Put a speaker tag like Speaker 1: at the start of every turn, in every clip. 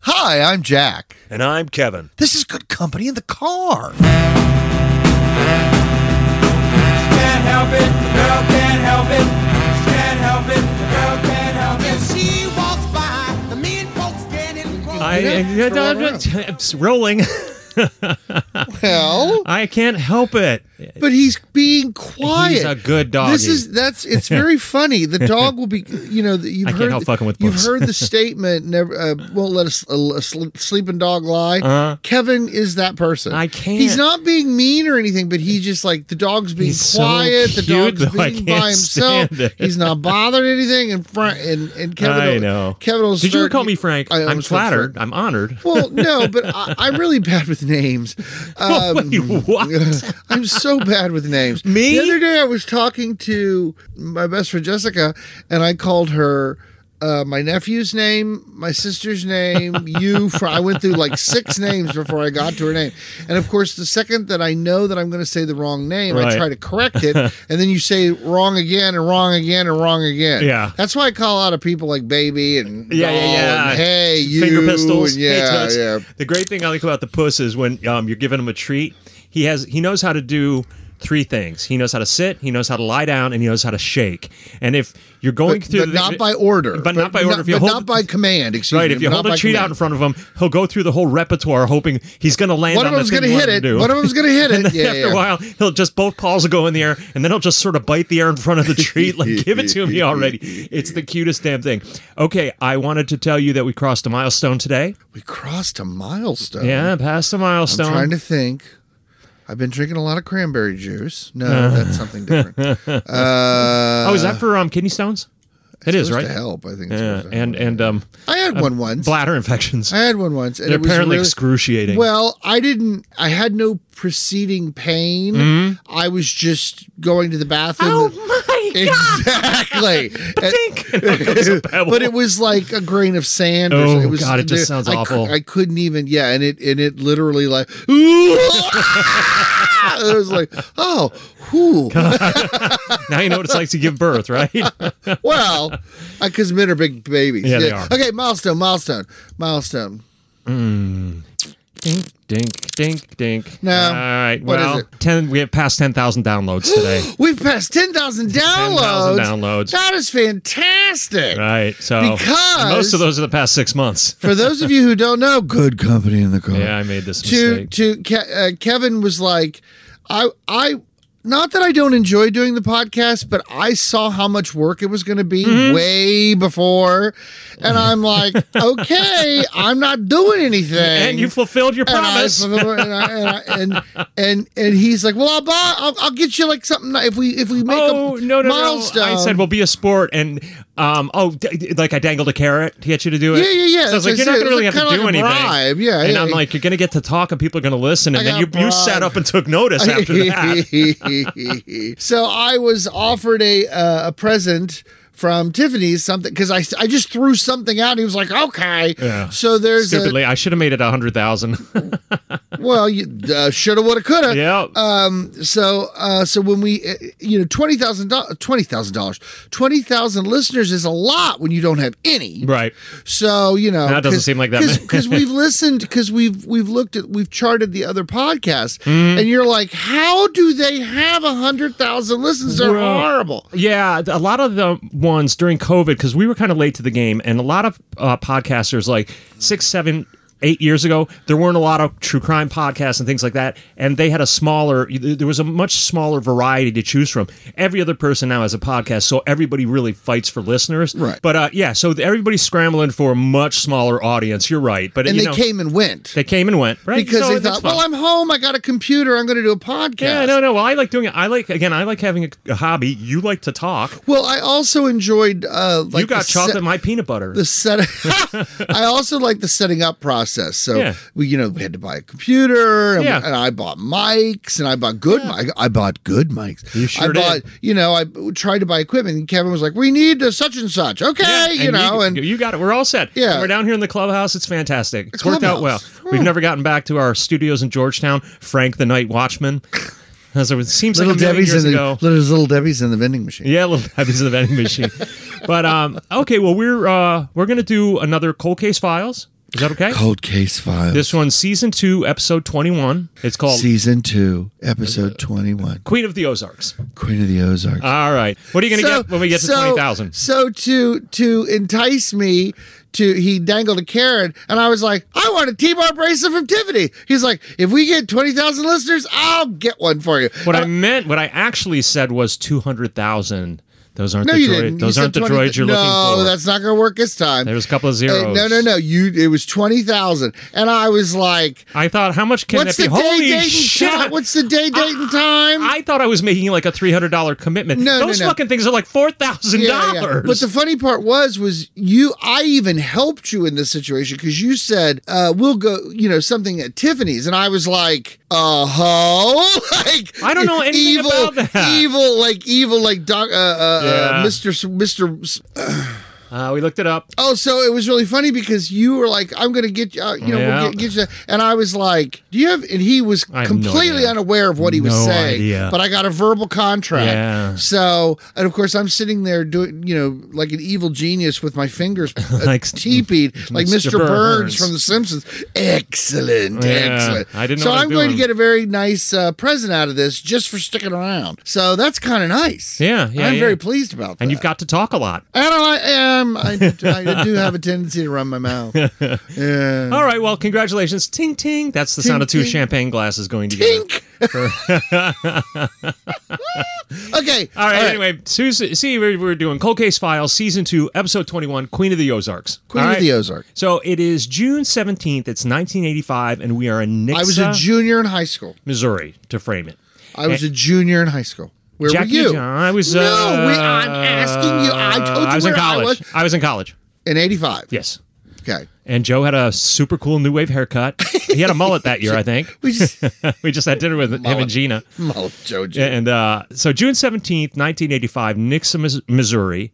Speaker 1: Hi, I'm Jack.
Speaker 2: And I'm Kevin.
Speaker 1: This is good company in the car.
Speaker 3: can't help it, the girl can't help it. She can't help it, the girl can't help it. If she walks by, the mean folks standing
Speaker 2: I,
Speaker 1: Yeah,
Speaker 2: I- I'm,
Speaker 1: it's
Speaker 2: not- it's rolling.
Speaker 1: Well,
Speaker 2: I can't help it.
Speaker 1: but he's being quiet.
Speaker 2: He's a good doggy.
Speaker 1: This is that's it's very funny. The dog will be, you know, you've
Speaker 2: I
Speaker 1: heard
Speaker 2: can't help fucking with
Speaker 1: you've
Speaker 2: books.
Speaker 1: heard the statement never uh, won't let a, s- a- a sl- sleeping dog lie.
Speaker 2: Uh-huh.
Speaker 1: Kevin is that person.
Speaker 2: I
Speaker 1: He's
Speaker 2: can't.
Speaker 1: not being mean or anything, but he just like the dog's being
Speaker 2: He's so
Speaker 1: quiet. the
Speaker 2: cute,
Speaker 1: dog's
Speaker 2: though. I
Speaker 1: being by
Speaker 2: can't
Speaker 1: himself.
Speaker 2: stand it.
Speaker 1: He's not bothering anything in front. And and Kevin,
Speaker 2: I
Speaker 1: will-
Speaker 2: know.
Speaker 1: Kevin will
Speaker 2: Did you
Speaker 1: start-
Speaker 2: call me Frank?
Speaker 1: I
Speaker 2: I'm
Speaker 1: almost said Frank.
Speaker 2: flattered. I'm honored.
Speaker 1: Well, no, but I, I'm really bad with names. Um,
Speaker 2: Wait, what?
Speaker 1: I'm so bad with names.
Speaker 2: Me?
Speaker 1: The other day, I was talking to my best friend Jessica, and I called her uh, my nephew's name, my sister's name, you. For I went through like six names before I got to her name, and of course, the second that I know that I'm going to say the wrong name, I
Speaker 2: Right.
Speaker 1: try to correct it, and then you say wrong again and wrong again and wrong again.
Speaker 2: Yeah.
Speaker 1: that's why I call out of people like baby and
Speaker 2: Yeah, yeah,
Speaker 1: doll
Speaker 2: yeah.
Speaker 1: and hey, you
Speaker 2: Finger pistols.
Speaker 1: and
Speaker 2: Hey,
Speaker 1: yeah,
Speaker 2: Toots.
Speaker 1: yeah.
Speaker 2: The great thing I like about the puss is when um, you're giving him a treat, he has he knows how to do three things. He knows how to sit, he knows how to lie down, and he knows how to shake. And if you're going
Speaker 1: But,
Speaker 2: through,
Speaker 1: but
Speaker 2: the,
Speaker 1: not by order.
Speaker 2: but, not by order. if you
Speaker 1: but
Speaker 2: hold,
Speaker 1: not by command. Excuse
Speaker 2: right,
Speaker 1: me.
Speaker 2: if you
Speaker 1: but
Speaker 2: hold
Speaker 1: not
Speaker 2: a
Speaker 1: by
Speaker 2: treat out
Speaker 1: command.
Speaker 2: in front of him, he'll go through the whole repertoire, hoping he's going to land
Speaker 1: one
Speaker 2: on
Speaker 1: of them's
Speaker 2: the
Speaker 1: gonna
Speaker 2: thing you
Speaker 1: hit
Speaker 2: want him
Speaker 1: it.
Speaker 2: to do.
Speaker 1: One of them's gonna hit it. Yeah,
Speaker 2: After
Speaker 1: yeah.
Speaker 2: a while, he'll just both paws will go in the air, and then he'll just sort of bite the air in front of the treat. Like, give it to me already. It's the cutest damn thing. Okay, I wanted to tell you that we crossed a milestone today.
Speaker 1: We crossed a milestone.
Speaker 2: Yeah, past a milestone.
Speaker 1: Uh-huh. I'm trying to think. I've been drinking a lot of cranberry juice. No, that's something different. Uh, It
Speaker 2: Uh. oh, is that for um, kidney stones? It is, right?
Speaker 1: uh, To help, I think. It's
Speaker 2: Yeah,
Speaker 1: supposed to help.
Speaker 2: and and um,
Speaker 1: I had one once.
Speaker 2: bladder infections.
Speaker 1: I had one once. And
Speaker 2: They're
Speaker 1: it was
Speaker 2: apparently
Speaker 1: really-
Speaker 2: excruciating.
Speaker 1: Well, I didn't. I had no preceding pain.
Speaker 2: Mm-hmm.
Speaker 1: I was just going to the bathroom.
Speaker 2: my
Speaker 1: Exactly.
Speaker 2: pebble.
Speaker 1: but it was like a grain of sand. or
Speaker 2: Oh,
Speaker 1: something. was,
Speaker 2: God, it just
Speaker 1: there-
Speaker 2: sounds
Speaker 1: I cou-
Speaker 2: awful.
Speaker 1: I couldn't even. Yeah, and it and it literally like. it was like, oh, whew.
Speaker 2: now you know what it's like to give birth, right?
Speaker 1: well, because men are big babies.
Speaker 2: Yeah, they are.
Speaker 1: Okay, milestone, milestone, milestone.
Speaker 2: dink, dink, dink, dink.
Speaker 1: No.
Speaker 2: All right.
Speaker 1: What is
Speaker 2: well,
Speaker 1: it?
Speaker 2: ten. We have past ten thousand downloads today.
Speaker 1: We've passed ten thousand downloads.
Speaker 2: 10,000 downloads.
Speaker 1: That is fantastic.
Speaker 2: right. So and
Speaker 1: Because-
Speaker 2: most of those are the past six months.
Speaker 1: For those of you who don't know, good company in the car.
Speaker 2: Yeah, I made this
Speaker 1: to
Speaker 2: mistake.
Speaker 1: to Ke- uh, Kevin was like, I I not that I don't enjoy doing the podcast, but I saw how much work it was going to be
Speaker 2: Mm-hmm.
Speaker 1: way before, and I'm like, okay, I'm not doing anything.
Speaker 2: and you fulfilled your
Speaker 1: And I-
Speaker 2: promise.
Speaker 1: and, I- and, I- and and and he's like, well, I'll buy, I'll, I'll get you like something if we if we make
Speaker 2: Oh
Speaker 1: a
Speaker 2: no, no,
Speaker 1: milestone.
Speaker 2: no! I said we'll be a sport, and um, oh, d- d- like I dangled a carrot to get you to do it.
Speaker 1: Yeah, yeah, yeah.
Speaker 2: So I was
Speaker 1: That's
Speaker 2: like,
Speaker 1: what
Speaker 2: you're
Speaker 1: I
Speaker 2: not
Speaker 1: said.
Speaker 2: gonna really
Speaker 1: It was
Speaker 2: have to
Speaker 1: kinda
Speaker 2: do
Speaker 1: like a
Speaker 2: anything.
Speaker 1: bribe. Yeah,
Speaker 2: and
Speaker 1: yeah.
Speaker 2: I'm like, you're gonna get to talk, and people are gonna listen, and
Speaker 1: I
Speaker 2: then you
Speaker 1: got
Speaker 2: you sat
Speaker 1: bribed.
Speaker 2: up and took notice after that.
Speaker 1: so I was offered a uh, a present from Tiffany's something because I, I just threw something out. He was like, okay.
Speaker 2: Yeah.
Speaker 1: So there's
Speaker 2: Stupidly, I should have made it a hundred thousand.
Speaker 1: a well, you uh, shoulda, woulda, coulda.
Speaker 2: yeah,
Speaker 1: So uh, so when we uh, you know twenty thousand dollars, twenty thousand dollars, twenty thousand listeners is a lot when you don't have any.
Speaker 2: right.
Speaker 1: So you know
Speaker 2: That doesn't seem like that many.
Speaker 1: because we've listened because we've we've looked at we've charted the other podcasts
Speaker 2: Mm-hmm.
Speaker 1: and you're like how do they have a hundred thousand listens? They're
Speaker 2: Well,
Speaker 1: horrible.
Speaker 2: Yeah, th- a lot of the ones during COVID because we were kind of late to the game, and a lot of uh, podcasters like six, seven, eight years ago, there weren't a lot of true crime podcasts and things like that, and they had a smaller, th- there was a much smaller variety to choose from. Every other person now has a podcast, so everybody really fights for listeners.
Speaker 1: Right.
Speaker 2: But uh, yeah, so th- everybody's scrambling for a much smaller audience. You're right, but uh,
Speaker 1: and
Speaker 2: you
Speaker 1: they
Speaker 2: know,
Speaker 1: came and went
Speaker 2: they came and went right
Speaker 1: because
Speaker 2: So
Speaker 1: they
Speaker 2: that's
Speaker 1: thought, well,
Speaker 2: fine.
Speaker 1: I'm home. I got a computer. I'm going to do a podcast.
Speaker 2: yeah, no, no. Well, I like doing it. I like again. I like having a, a hobby. You like to talk.
Speaker 1: Well, I also enjoyed uh, like
Speaker 2: you got
Speaker 1: the
Speaker 2: chocolate,
Speaker 1: set-
Speaker 2: my peanut butter.
Speaker 1: the set. I also like the setting up process. So
Speaker 2: Yeah.
Speaker 1: we, you know, we had to buy a computer, and,
Speaker 2: Yeah.
Speaker 1: and I bought mics, and I bought good mic. I bought good mics.
Speaker 2: You sure
Speaker 1: I bought,
Speaker 2: did.
Speaker 1: you know, I tried to buy equipment, and Kevin was like, "We need a such and such." Okay,
Speaker 2: Yeah,
Speaker 1: Eh, you know, and
Speaker 2: you got it. We're all set.
Speaker 1: Yeah.
Speaker 2: we're down here in the clubhouse. It's fantastic. It's worked out well.
Speaker 1: clubhouse. Hmm.
Speaker 2: We've never gotten back to our studios in Georgetown. Frank the Night Watchman. As it was- seems
Speaker 1: little
Speaker 2: like a million
Speaker 1: Debbie's
Speaker 2: years
Speaker 1: in the
Speaker 2: ago.
Speaker 1: little, little Debbie's in the vending machine.
Speaker 2: yeah, little Debbie's in the vending machine. but um, okay, well we're uh, we're gonna do another cold case files. Is that okay?
Speaker 1: Cold Case Files.
Speaker 2: This one's season two, episode 21. It's called
Speaker 1: season two, episode
Speaker 2: Uh,
Speaker 1: twenty-one,
Speaker 2: Queen of the Ozarks.
Speaker 1: Queen of the Ozarks.
Speaker 2: All right. What are you going to get when we get to
Speaker 1: so-
Speaker 2: 20,000?
Speaker 1: So to to entice me to he dangled a carrot and I was like, I want a T-bar bracelet from Tiffany. He's like, if we get twenty thousand listeners, I'll get one for you.
Speaker 2: What I meant, what I actually said was 200,000. Those aren't
Speaker 1: no,
Speaker 2: the
Speaker 1: you
Speaker 2: droid-
Speaker 1: didn't. You
Speaker 2: Those
Speaker 1: said
Speaker 2: aren't the
Speaker 1: 20
Speaker 2: droids you're
Speaker 1: no,
Speaker 2: looking for.
Speaker 1: that's not going to work this time.
Speaker 2: There was a couple of zeros.
Speaker 1: Uh, no, no, no. You it was twenty thousand, and I was like,
Speaker 2: I thought, how much can
Speaker 1: what's
Speaker 2: that
Speaker 1: the
Speaker 2: be?
Speaker 1: day,
Speaker 2: Holy
Speaker 1: date,
Speaker 2: shit!
Speaker 1: and time? What's the day, date, and time?
Speaker 2: I thought I was making like a three hundred dollar commitment.
Speaker 1: No, no,
Speaker 2: Those
Speaker 1: no.
Speaker 2: fucking things are like four thousand dollars.
Speaker 1: But the funny part was, was you, I even helped you in this situation because you said, uh, we'll go, you know, something at Tiffany's. And I was like, uh huh. like,
Speaker 2: I don't know anything
Speaker 1: evil,
Speaker 2: about that.
Speaker 1: Evil, like, evil, like, doc, uh, uh,
Speaker 2: Yeah.
Speaker 1: uh, Mr. S- Mr. S-
Speaker 2: uh, we looked it up.
Speaker 1: Oh, so it was really funny because you were like, I'm going to get you, uh, you know,
Speaker 2: Yeah.
Speaker 1: we'll get, get you. that. And I was like, do you have, and he was
Speaker 2: I have no
Speaker 1: completely
Speaker 2: idea.
Speaker 1: unaware of what he was
Speaker 2: No
Speaker 1: saying,
Speaker 2: idea.
Speaker 1: but I got a verbal contract.
Speaker 2: Yeah.
Speaker 1: So, and of course I'm sitting there doing, you know, like an evil genius with my fingers uh,
Speaker 2: Like-
Speaker 1: teepeed like
Speaker 2: Mr.
Speaker 1: Mr.
Speaker 2: Burns.
Speaker 1: Burns from The Simpsons. Excellent.
Speaker 2: Yeah.
Speaker 1: Excellent.
Speaker 2: I didn't know
Speaker 1: So
Speaker 2: what I was
Speaker 1: I'm going to
Speaker 2: doing.
Speaker 1: get a very nice uh, present out of this just for sticking around. So that's kind of nice.
Speaker 2: Yeah, yeah,
Speaker 1: I'm
Speaker 2: yeah.
Speaker 1: very pleased about that.
Speaker 2: And you've got to talk a lot.
Speaker 1: And I am. I, I do have a tendency to run my mouth. Yeah.
Speaker 2: All right. Well, congratulations. Ting ting. That's the sound of two
Speaker 1: Uh, ting.
Speaker 2: champagne glasses going together.
Speaker 1: Pink. okay.
Speaker 2: All right, Anyway, Susan, see, we're, we're doing Cold Case Files, Season 2, Episode 21, Queen of the Ozarks.
Speaker 1: Queen
Speaker 2: All
Speaker 1: of
Speaker 2: right?
Speaker 1: the Ozark.
Speaker 2: So it is June 17th. It's 1985, and we are in Nixa,
Speaker 1: I was a junior in high school.
Speaker 2: Missouri, to frame it.
Speaker 1: I was a junior in high school. Where
Speaker 2: Eh. Jackie
Speaker 1: were you?
Speaker 2: John, I was.
Speaker 1: No,
Speaker 2: uh,
Speaker 1: we- I'm asking you. I told you
Speaker 2: was in
Speaker 1: where I
Speaker 2: college.
Speaker 1: was.
Speaker 2: in college.
Speaker 1: In '85.
Speaker 2: Yes.
Speaker 1: Okay.
Speaker 2: And Joe had a super cool new wave haircut. He had a mullet that year, I think.
Speaker 1: We just
Speaker 2: we just had dinner with him and
Speaker 1: Mullet. Hmm.
Speaker 2: Gina.
Speaker 1: Mullet Jojo.
Speaker 2: And uh, so June 17th, 1985, Nixon, Mis- Missouri.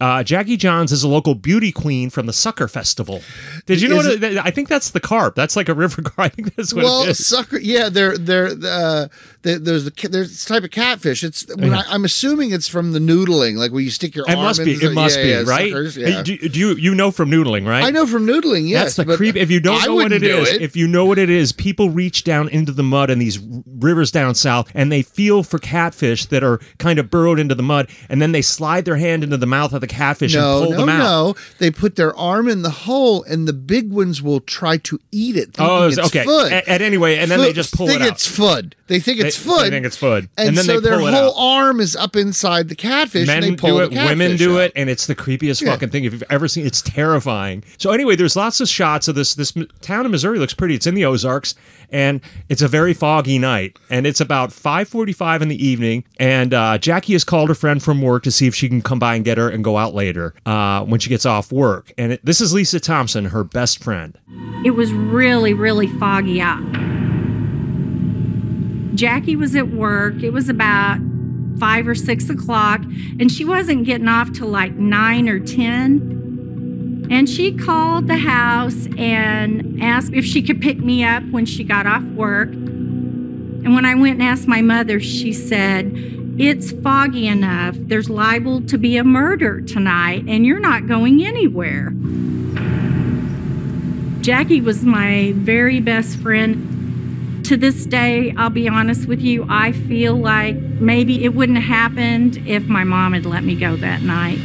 Speaker 2: Uh, Jackie Johns is a local beauty queen from the Sucker Festival. Did you know?
Speaker 1: Is
Speaker 2: what it- I think that's the carp. That's like a river carp. I think that's what
Speaker 1: Well,
Speaker 2: it is.
Speaker 1: sucker. Yeah, they're they're uh, they there's the ca- there's this type of catfish. It's when I, I'm assuming it's from the noodling, like where you stick your
Speaker 2: It
Speaker 1: arm.
Speaker 2: must
Speaker 1: in
Speaker 2: be.
Speaker 1: the-
Speaker 2: It must
Speaker 1: yeah,
Speaker 2: be
Speaker 1: yeah,
Speaker 2: right.
Speaker 1: suckers, yeah.
Speaker 2: Do, do you you know from noodling, right?
Speaker 1: I know from noodling. Yes,
Speaker 2: That's the
Speaker 1: but
Speaker 2: creep. If you don't
Speaker 1: I
Speaker 2: know what
Speaker 1: wouldn't
Speaker 2: it
Speaker 1: do
Speaker 2: is,
Speaker 1: it.
Speaker 2: if you know what it is, people reach down into the mud in these r- rivers down south, and they feel for catfish that are kind of burrowed into the mud, and then they slide their hand into the mouth of the catfish
Speaker 1: no,
Speaker 2: and pull
Speaker 1: no,
Speaker 2: them out.
Speaker 1: no. They put their arm in the hole, and the big ones will try to eat it. Thinking
Speaker 2: Oh,
Speaker 1: it's
Speaker 2: it's- okay.
Speaker 1: Food.
Speaker 2: A- and anyway, and then they just pull
Speaker 1: think
Speaker 2: it out.
Speaker 1: It's food. They think it's
Speaker 2: They-
Speaker 1: food.
Speaker 2: they think it's food.
Speaker 1: and,
Speaker 2: And then
Speaker 1: so
Speaker 2: they
Speaker 1: their
Speaker 2: pull it
Speaker 1: whole arm is up inside the catfish.
Speaker 2: Men
Speaker 1: and they pull
Speaker 2: do
Speaker 1: the
Speaker 2: it, women
Speaker 1: catfish
Speaker 2: do
Speaker 1: out.
Speaker 2: it, and it's the creepiest
Speaker 1: Yeah.
Speaker 2: fucking thing if you've ever seen. It's terrifying. So anyway, there's lots of shots of this. This m- town in Missouri looks pretty. It's in the Ozarks, and it's a very foggy night. And it's about 5:45 in the evening, and uh, Jackie has called her friend from work to see if she can come by and get her and go out later uh, when she gets off work. And it, this is Lisa Thompson, her best friend.
Speaker 4: It was really, really foggy out. Jackie was at work. It was about five or six o'clock, and she wasn't getting off till like nine or 10. And she called the house and asked if she could pick me up when she got off work. And when I went and asked my mother, she said, It's foggy enough. There's liable to be a murder tonight, and you're not going anywhere. Jackie was my very best friend. To this day, I'll be honest with you, I feel like maybe it wouldn't have happened if my mom had let me go that night.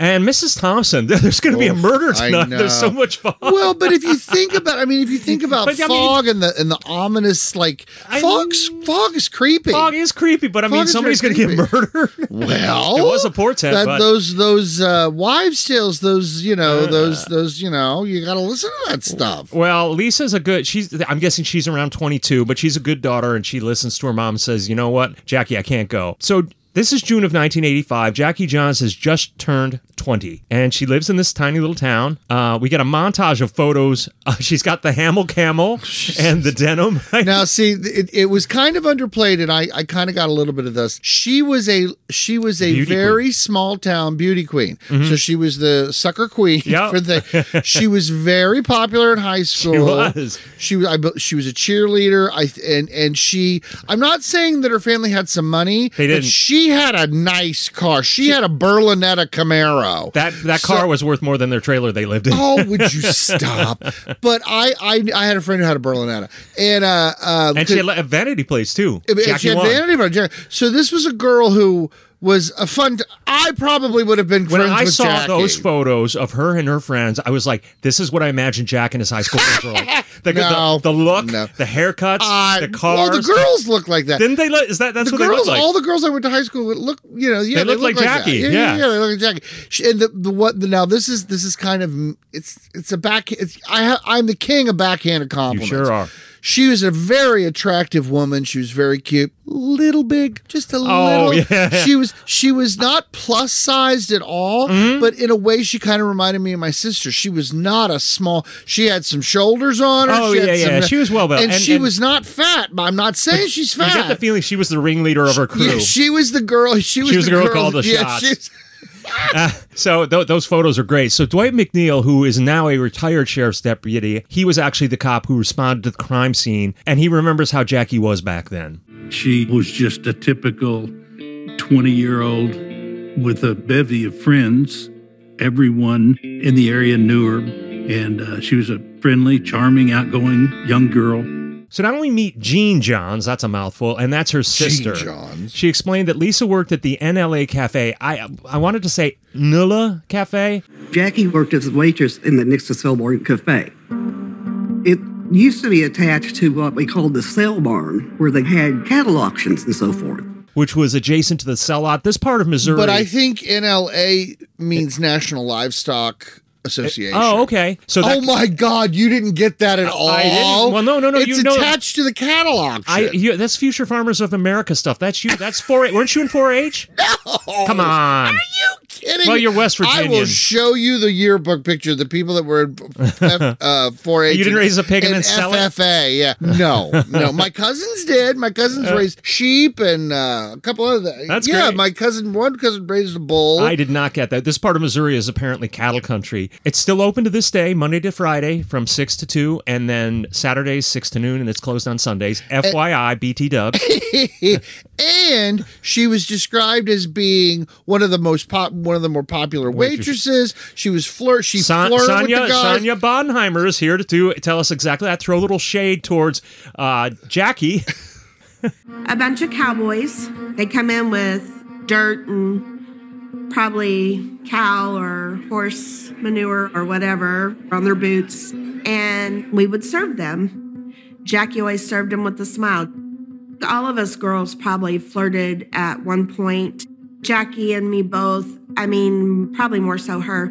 Speaker 2: And Mrs. Thompson, there's going to be a
Speaker 1: Oof,
Speaker 2: murder
Speaker 1: Oh, I
Speaker 2: tonight. There's so
Speaker 1: know.
Speaker 2: much fog.
Speaker 1: Well, but if you think about, I mean, if you think about
Speaker 2: But, I mean-
Speaker 1: fog and the and the ominous, like
Speaker 2: I
Speaker 1: fog's fog is creepy.
Speaker 2: Fog is creepy, but I
Speaker 1: Fog
Speaker 2: mean,
Speaker 1: is
Speaker 2: somebody's going
Speaker 1: very
Speaker 2: to get murdered.
Speaker 1: Well,
Speaker 2: It was a portent,
Speaker 1: That,
Speaker 2: but-
Speaker 1: Those those uh, wives' tales, those you know, those those you know, you got to listen to that stuff.
Speaker 2: Well, Lisa's a good. She's. I'm guessing she's around 22, but she's a good daughter, and she listens to her mom and says, "You know what, Jackie, I can't go." So this is June of 1985. Jackie Johns has just turned 20, and she lives in this tiny little town. Uh, we get a montage of photos. Uh, she's got the Hamel camel and the denim.
Speaker 1: Now, see, th- it, it was kind of underplayed, and I, I kind of got a little bit of this. She was a she was a
Speaker 2: Beauty Mm-hmm.
Speaker 1: very small town beauty queen, so she was the sucker queen.
Speaker 2: Yep.
Speaker 1: For the, she was very popular in high school.
Speaker 2: was.
Speaker 1: She was. I, be- she was a cheerleader. I th- and and she. I'm not saying that her family had some money.
Speaker 2: They
Speaker 1: but
Speaker 2: didn't.
Speaker 1: she she had a nice car. She had a Berlinetta Camaro.
Speaker 2: That that car was worth more than their trailer they lived in.
Speaker 1: oh, would you stop? But I, I, I had a friend who had a Berlinetta, and uh, uh,
Speaker 2: and she had like, a vanity place too.
Speaker 1: If- if
Speaker 2: Jackie
Speaker 1: she had
Speaker 2: Wan.
Speaker 1: vanity about Jack. So this was a girl who was a fun. T- I probably would have been
Speaker 2: when
Speaker 1: friends
Speaker 2: I
Speaker 1: with
Speaker 2: saw
Speaker 1: Jackie.
Speaker 2: those photos of her and her friends, I was like, "This is what I imagine Jack and his high school friends were like." The, the-
Speaker 1: No,
Speaker 2: the, look,
Speaker 1: no.
Speaker 2: the haircuts,
Speaker 1: Uh,
Speaker 2: the cars.
Speaker 1: Well, the girls look like that.
Speaker 2: Didn't they? Look, is that that's
Speaker 1: the
Speaker 2: what
Speaker 1: girls,
Speaker 2: they look like?
Speaker 1: all the girls I went to high school with, look, you know, yeah,
Speaker 2: They look like
Speaker 1: that.
Speaker 2: Jackie,
Speaker 1: Yeah, yeah,
Speaker 2: yeah.
Speaker 1: yeah, they look like Jackie. She, and the, the what? The, now this is this is kind of it's it's a back. It's I ha, I'm the king of backhanded
Speaker 2: you
Speaker 1: compliments.
Speaker 2: sure are.
Speaker 1: She was a very attractive woman. She was very cute, little big, just a
Speaker 2: Oh,
Speaker 1: little.
Speaker 2: yeah.
Speaker 1: She was she was not plus sized at all,
Speaker 2: Mm-hmm.
Speaker 1: but in a way she kind of reminded me of my sister. She was not a small. She had some shoulders on her.
Speaker 2: Oh,
Speaker 1: she had
Speaker 2: yeah, yeah.
Speaker 1: some-
Speaker 2: She was well built.
Speaker 1: and,
Speaker 2: And-
Speaker 1: she
Speaker 2: and-
Speaker 1: was not fat. I'm not saying she's
Speaker 2: I
Speaker 1: fat.
Speaker 2: get the feeling she was the ringleader of her crew.
Speaker 1: Yeah, she was the girl. She was,
Speaker 2: was the girl who called the
Speaker 1: yeah,
Speaker 2: shots.
Speaker 1: she's-
Speaker 2: So th- those photos are great. So Dwight McNeil, who is now a retired sheriff's deputy, he was actually the cop who responded to the crime scene, and he remembers how Jackie was back then.
Speaker 5: She was just a typical 20 year old with a bevy of friends. Everyone in the area knew her, and uh, she was a friendly, charming, outgoing young girl.
Speaker 2: So not only meet Jean Johns, that's a mouthful, and that's her sister.
Speaker 1: Johns.
Speaker 2: She explained that Lisa worked at the NLA Cafe. I I wanted to say Nulla Cafe.
Speaker 6: Jackie worked as a waitress in the Nixonville Barn Cafe. It used to be attached to what we called the sale barn, where they had cattle auctions and so forth.
Speaker 2: Which was adjacent to the sellout. This part of Missouri.
Speaker 1: But I think NLA means National Livestock Association.
Speaker 2: oh, okay. So that,
Speaker 1: oh my God! You didn't get that at all.
Speaker 2: I didn't- well, no, no, no,
Speaker 1: It's
Speaker 2: you know-
Speaker 1: attached to the cattle
Speaker 2: I,
Speaker 1: auction.
Speaker 2: you, that's Future Farmers of America stuff. That's you. That's 4-H. Weren't you in 4-H?
Speaker 1: Oh,
Speaker 2: Come on.
Speaker 1: Are you kidding?
Speaker 2: Well,
Speaker 1: me?
Speaker 2: you're West
Speaker 1: I will
Speaker 2: Virginian.
Speaker 1: show you the yearbook picture. of The people that were in F- uh, 4-H.
Speaker 2: You didn't raise a pig and then sell it?
Speaker 1: FFA. Yeah. No, no. My cousins did. My cousins raised sheep and uh, a couple other. things.
Speaker 2: Uh. That's
Speaker 1: yeah.
Speaker 2: great.
Speaker 1: My cousin, one cousin raised a bull.
Speaker 2: I did not get that. This part of Missouri is apparently cattle country. It's still open to this day, Monday to Friday from 6 to 2, and then Saturdays 6 to noon, and it's closed on Sundays. FYI, BT dub.
Speaker 1: and she was described as being one of the most pop, one of the more popular
Speaker 2: Waitress.
Speaker 1: waitresses. She was flirt. She
Speaker 2: Son-
Speaker 1: flirted
Speaker 2: Sonia,
Speaker 1: with the guys.
Speaker 2: Sonia Bonheimer is here to do, tell us exactly that. Throw a little shade towards uh, Jackie.
Speaker 7: a bunch of cowboys. They come in with dirt and probably cow or horse manure or whatever on their boots, and we would serve them. Jackie always served them with a smile. All of us girls probably flirted at one point. Jackie and me both. I mean, probably more so her.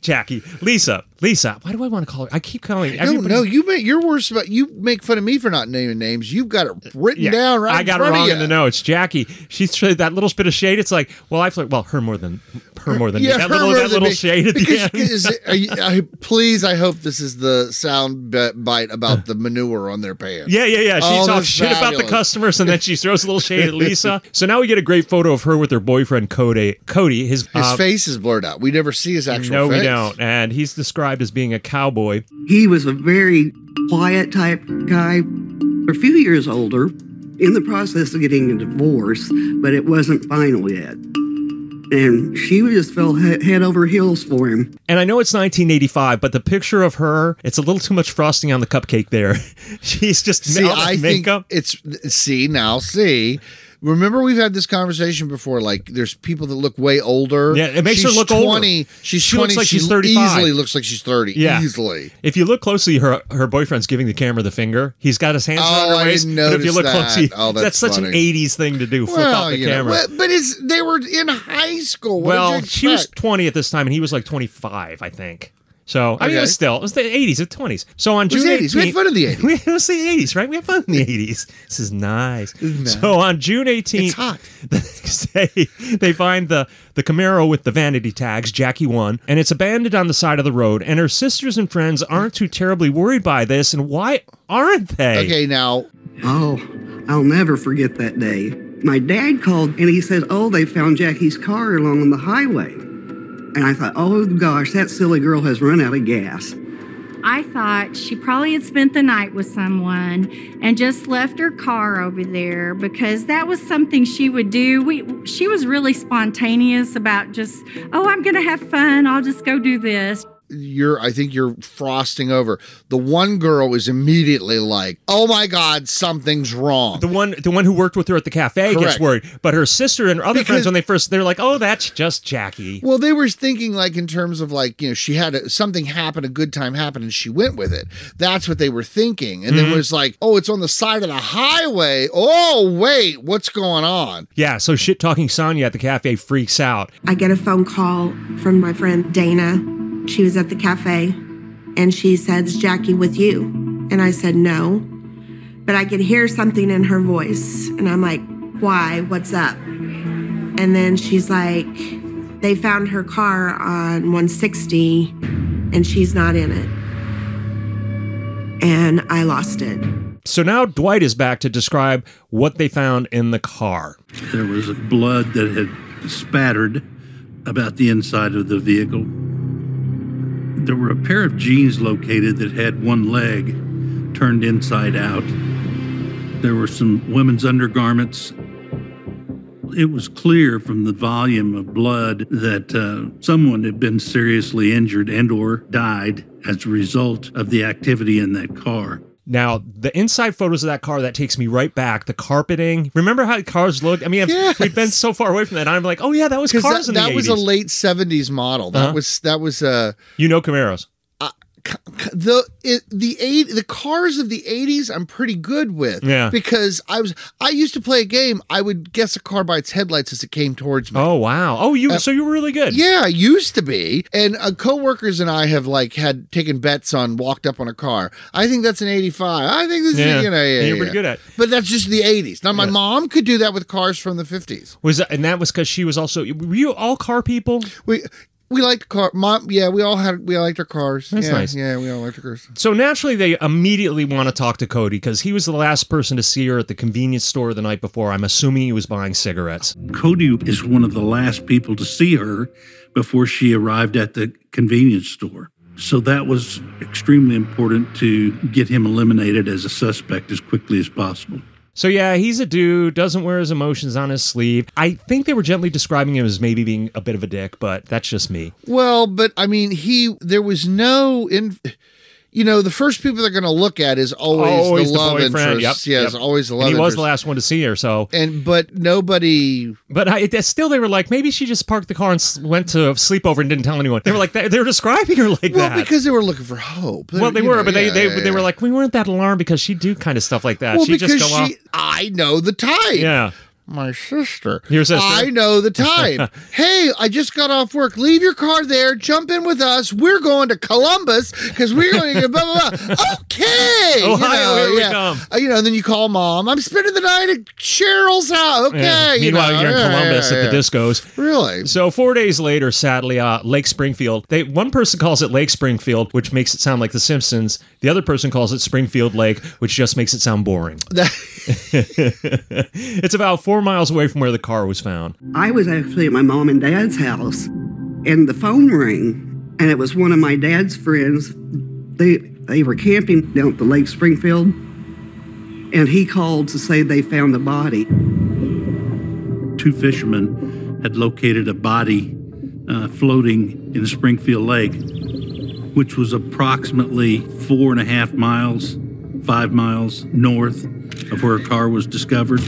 Speaker 2: Jackie. Lisa. Lisa. Why do I want to call her? I keep calling
Speaker 1: No, no, you make you're worse about you make fun of me for not naming names. You've got it written
Speaker 2: Yeah,
Speaker 1: down right.
Speaker 2: I
Speaker 1: in
Speaker 2: got it
Speaker 1: front of
Speaker 2: wrong
Speaker 1: you.
Speaker 2: in the notes. Jackie, she's that little bit of shade. It's like, well, I flirt. Well, her more than her more than me. That
Speaker 1: her
Speaker 2: little,
Speaker 1: more
Speaker 2: that
Speaker 1: than
Speaker 2: little
Speaker 1: me.
Speaker 2: shade at the
Speaker 1: Because-
Speaker 2: end.
Speaker 1: is it- are you- I- please, I hope this is the sound bi- bite about the manure on their pants.
Speaker 2: Yeah, yeah, yeah. She
Speaker 1: Oh,
Speaker 2: talks
Speaker 1: that's
Speaker 2: shit about the
Speaker 1: fabulous.
Speaker 2: customers and then she throws a little shade at Lisa. so now we get a great photo of her with her boyfriend Cody. Cody, his,
Speaker 1: His
Speaker 2: uh,
Speaker 1: face is blurred out. We never see his actual
Speaker 2: No,
Speaker 1: face.
Speaker 2: we don't. And he's described as being a cowboy.
Speaker 6: He was a very quiet type guy, a few years older, in the process of getting a divorce, but it wasn't final yet. And she just fell he- head over heels for him.
Speaker 2: And I know it's 1985, but the picture of her, it's a little too much frosting on the cupcake there. She's just
Speaker 1: See,
Speaker 2: all that
Speaker 1: I
Speaker 2: makeup.
Speaker 1: think it's see now see. Remember, we've had this conversation before. Like, there's people that look way older.
Speaker 2: Yeah, it makes
Speaker 1: she's
Speaker 2: her look older.
Speaker 1: 20, She's
Speaker 2: She
Speaker 1: 20.
Speaker 2: looks like
Speaker 1: she
Speaker 2: she's 35.
Speaker 1: Easily looks like she's 30.
Speaker 2: Yeah.
Speaker 1: Easily.
Speaker 2: If you look closely, her her boyfriend's giving the camera the finger. He's got his hands
Speaker 1: Oh,
Speaker 2: around
Speaker 1: I
Speaker 2: her waist.
Speaker 1: didn't
Speaker 2: but if you
Speaker 1: notice
Speaker 2: look
Speaker 1: that.
Speaker 2: closely,
Speaker 1: Oh, that's
Speaker 2: such an
Speaker 1: funny.
Speaker 2: '80s thing to do. Flip out the
Speaker 1: you know,
Speaker 2: camera.
Speaker 1: but- but it's they were in high school. What did
Speaker 2: well,
Speaker 1: you
Speaker 2: she was
Speaker 1: expect?
Speaker 2: 20 at this time, and he was like 25, I think. So I mean, it was
Speaker 1: Okay.
Speaker 2: still it was the 80s, the 20s. So on
Speaker 1: It was
Speaker 2: June
Speaker 1: the 80s. We had
Speaker 2: 18th
Speaker 1: fun in the 80s.
Speaker 2: it was the 80s, right? We had fun in the 80s. This is nice. So on June 18th,
Speaker 1: It's hot.
Speaker 2: the next day, they find the, the Camaro with the vanity tags, Jackie 1, and it's abandoned on the side of the road. And her sisters and friends aren't too terribly worried by this. And why aren't they?
Speaker 1: Okay, now
Speaker 6: Oh, I'll never forget that day. My dad called and he said, Oh, they found Jackie's car along the highway. And I thought, Oh gosh, that silly girl has run out of gas.
Speaker 4: I thought she probably had spent the night with someone and just left her car over there because that was something she would do. We she was really spontaneous about just, oh, I'm going to have fun. I'll just go do this.
Speaker 1: You're, I think you're frosting over. The one girl is immediately like, "Oh my God, something's wrong."
Speaker 2: The one, the one who worked with her at the cafe gets
Speaker 1: Correct.
Speaker 2: worried, but her sister and her other
Speaker 1: Because-
Speaker 2: friends, when they first, they're like, "Oh, that's just Jackie."
Speaker 1: Well, they were thinking like in terms of like you know she had a, something happen, a good time happen, and she went with it. That's what they were thinking, and
Speaker 2: Mm-hmm.
Speaker 1: then it was like, oh, it's on the side of the highway. Oh wait, what's going on?
Speaker 2: Yeah, so shit talking Sonya at the cafe freaks out.
Speaker 7: I get a phone call from my friend Dana. She was at the cafe and she said, Is Jackie with you? And I said, No. But I could hear something in her voice. And I'm like, Why? What's up? And then she's like, They found her car on 160 and she's not in it. And I lost it.
Speaker 2: So now Dwight is back to describe what they found in the car.
Speaker 5: There was blood that had spattered about the inside of the vehicle. There were a pair of jeans located that had one leg turned inside out. There were some women's undergarments. It was clear from the volume of blood that uh, someone had been seriously injured and or died as a result of the activity in that car.
Speaker 2: Now, the inside photos of that car, that takes me right back. The carpeting. Remember how cars looked? I mean, I've-
Speaker 1: Yes.
Speaker 2: we've been so far away from that. I'm like, oh, yeah, that was
Speaker 1: Because
Speaker 2: cars
Speaker 1: that,
Speaker 2: in the
Speaker 1: that
Speaker 2: 80s.
Speaker 1: was a late '70s model. That
Speaker 2: Uh-huh.
Speaker 1: was that was uh,
Speaker 2: you know Camaros.
Speaker 1: c- c- the it, the eight the cars of the 80s I'm pretty good with.
Speaker 2: Yeah.
Speaker 1: because I was I used to play a game. I would guess a car by its headlights as it came towards me.
Speaker 2: Oh, wow. Oh, you. so you were really good.
Speaker 1: Uh, Yeah, it used to be. And uh, coworkers and I have like had taken bets on walked up on a car. I think that's an 85. I think this
Speaker 2: Yeah,
Speaker 1: is, you know, yeah,
Speaker 2: and you're
Speaker 1: yeah,
Speaker 2: pretty
Speaker 1: yeah.
Speaker 2: good at it.
Speaker 1: But that's just the 80s. Now, my mom could do that with cars from the 50s.
Speaker 2: Was that, and that was because she was also. Were you all car people?
Speaker 1: We we liked car mom yeah we all had we liked our cars
Speaker 2: That's
Speaker 1: yeah,
Speaker 2: nice.
Speaker 1: yeah we all liked our cars
Speaker 2: So naturally, they immediately want to talk to Cody because he was the last person to see her at the convenience store the night before. I'm assuming he was buying cigarettes.
Speaker 5: Cody is one of the last people to see her before she arrived at the convenience store. So that was extremely important to get him eliminated as a suspect as quickly as possible.
Speaker 2: So yeah, he's a dude, doesn't wear his emotions on his sleeve. I think they were gently describing him as maybe being a bit of a dick, but that's just me.
Speaker 1: well but i mean he there was no in you know the first people they're going to look at is always, the love
Speaker 2: boyfriend.
Speaker 1: interest
Speaker 2: Yep,
Speaker 1: yes
Speaker 2: yep.
Speaker 1: always the
Speaker 2: And
Speaker 1: love
Speaker 2: He was
Speaker 1: interest
Speaker 2: the last one to see her, so.
Speaker 1: and but nobody
Speaker 2: But I, it- still, they were like, maybe she just parked the car and s- went to sleep over and didn't tell anyone. They were like, they, they were describing her like
Speaker 1: Well,
Speaker 2: that.
Speaker 1: because they were looking for hope.
Speaker 2: well, they
Speaker 1: you
Speaker 2: were,
Speaker 1: know,
Speaker 2: but
Speaker 1: yeah,
Speaker 2: they they,
Speaker 1: yeah,
Speaker 2: they were
Speaker 1: yeah.
Speaker 2: like, we weren't that alarmed because she'd do kind of stuff like that.
Speaker 1: well,
Speaker 2: she'd
Speaker 1: because
Speaker 2: just go off.
Speaker 1: she, I know the type.
Speaker 2: Yeah.
Speaker 1: My sister.
Speaker 2: Your sister?
Speaker 1: I know the type. hey, I just got off work. Leave your car there. Jump in with us. We're going to Columbus because we're going to blah, blah, blah. Okay.
Speaker 2: Ohio, Oh, here we come.
Speaker 1: Uh, you know, and then you call mom. I'm spending the night at Cheryl's house. Okay.
Speaker 2: Yeah.
Speaker 1: you
Speaker 2: Meanwhile,
Speaker 1: know,
Speaker 2: you're in
Speaker 1: yeah,
Speaker 2: Columbus
Speaker 1: yeah,
Speaker 2: at the
Speaker 1: yeah.
Speaker 2: discos.
Speaker 1: Really?
Speaker 2: So four days later, sadly, uh, Lake Springfield. They one person calls it Lake Springfield, which makes it sound like The Simpsons. The other person calls it Springfield Lake, which just makes it sound boring. it's about four miles away from where the car was found.
Speaker 6: I was actually at my mom and dad's house, and the phone rang, and it was one of my dad's friends. They they were camping down at the Lake Springfield, and he called to say they found the body.
Speaker 5: Two fishermen had located a body uh, floating in Springfield Lake, which was approximately four and a half miles, five miles north of where a car was discovered.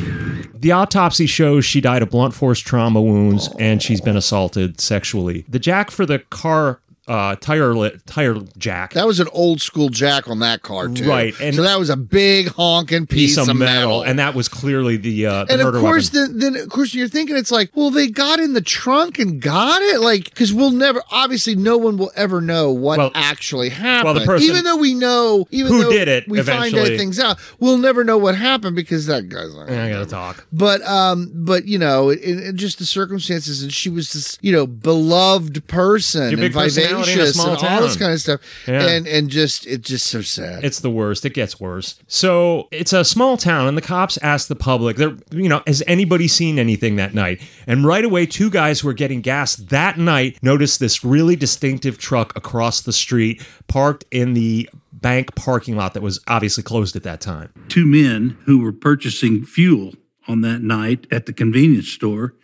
Speaker 2: The autopsy shows she died of blunt force trauma wounds and she's been assaulted sexually. The jack for the car uh, tire li- tire jack.
Speaker 1: That was an old school jack on that car, too.
Speaker 2: Right, and-
Speaker 1: so that was a big honking piece,
Speaker 2: piece of metal,
Speaker 1: metal.
Speaker 2: and that was clearly the, uh, the
Speaker 1: and of
Speaker 2: murder
Speaker 1: course,
Speaker 2: weapon.
Speaker 1: then, then of course you're thinking it's like, well, they got in the trunk and got it, like because we'll never, obviously, no one will ever know what
Speaker 2: Well-
Speaker 1: actually happened.
Speaker 2: person-
Speaker 1: even though we know, even
Speaker 2: Who
Speaker 1: though
Speaker 2: did it
Speaker 1: we find
Speaker 2: eventually.
Speaker 1: out things out, we'll never know what happened because that guy's not.
Speaker 2: I gotta talk.
Speaker 1: But um, but you know, it, it, it just the circumstances, and she was this you know beloved person,
Speaker 2: Your big
Speaker 1: and vivacious
Speaker 2: in a
Speaker 1: tenacious
Speaker 2: small
Speaker 1: and all this
Speaker 2: town.
Speaker 1: kind of stuff.
Speaker 2: Yeah.
Speaker 1: And and just it's just so sad.
Speaker 2: It's the worst. It gets worse. So it's a small town, and the cops ask the public, "They're you know, has anybody seen anything that night?" And right away, two guys who were getting gas that night noticed this really distinctive truck across the street, parked in the bank parking lot that was obviously closed at that time.
Speaker 5: two men who were purchasing fuel on that night at the convenience store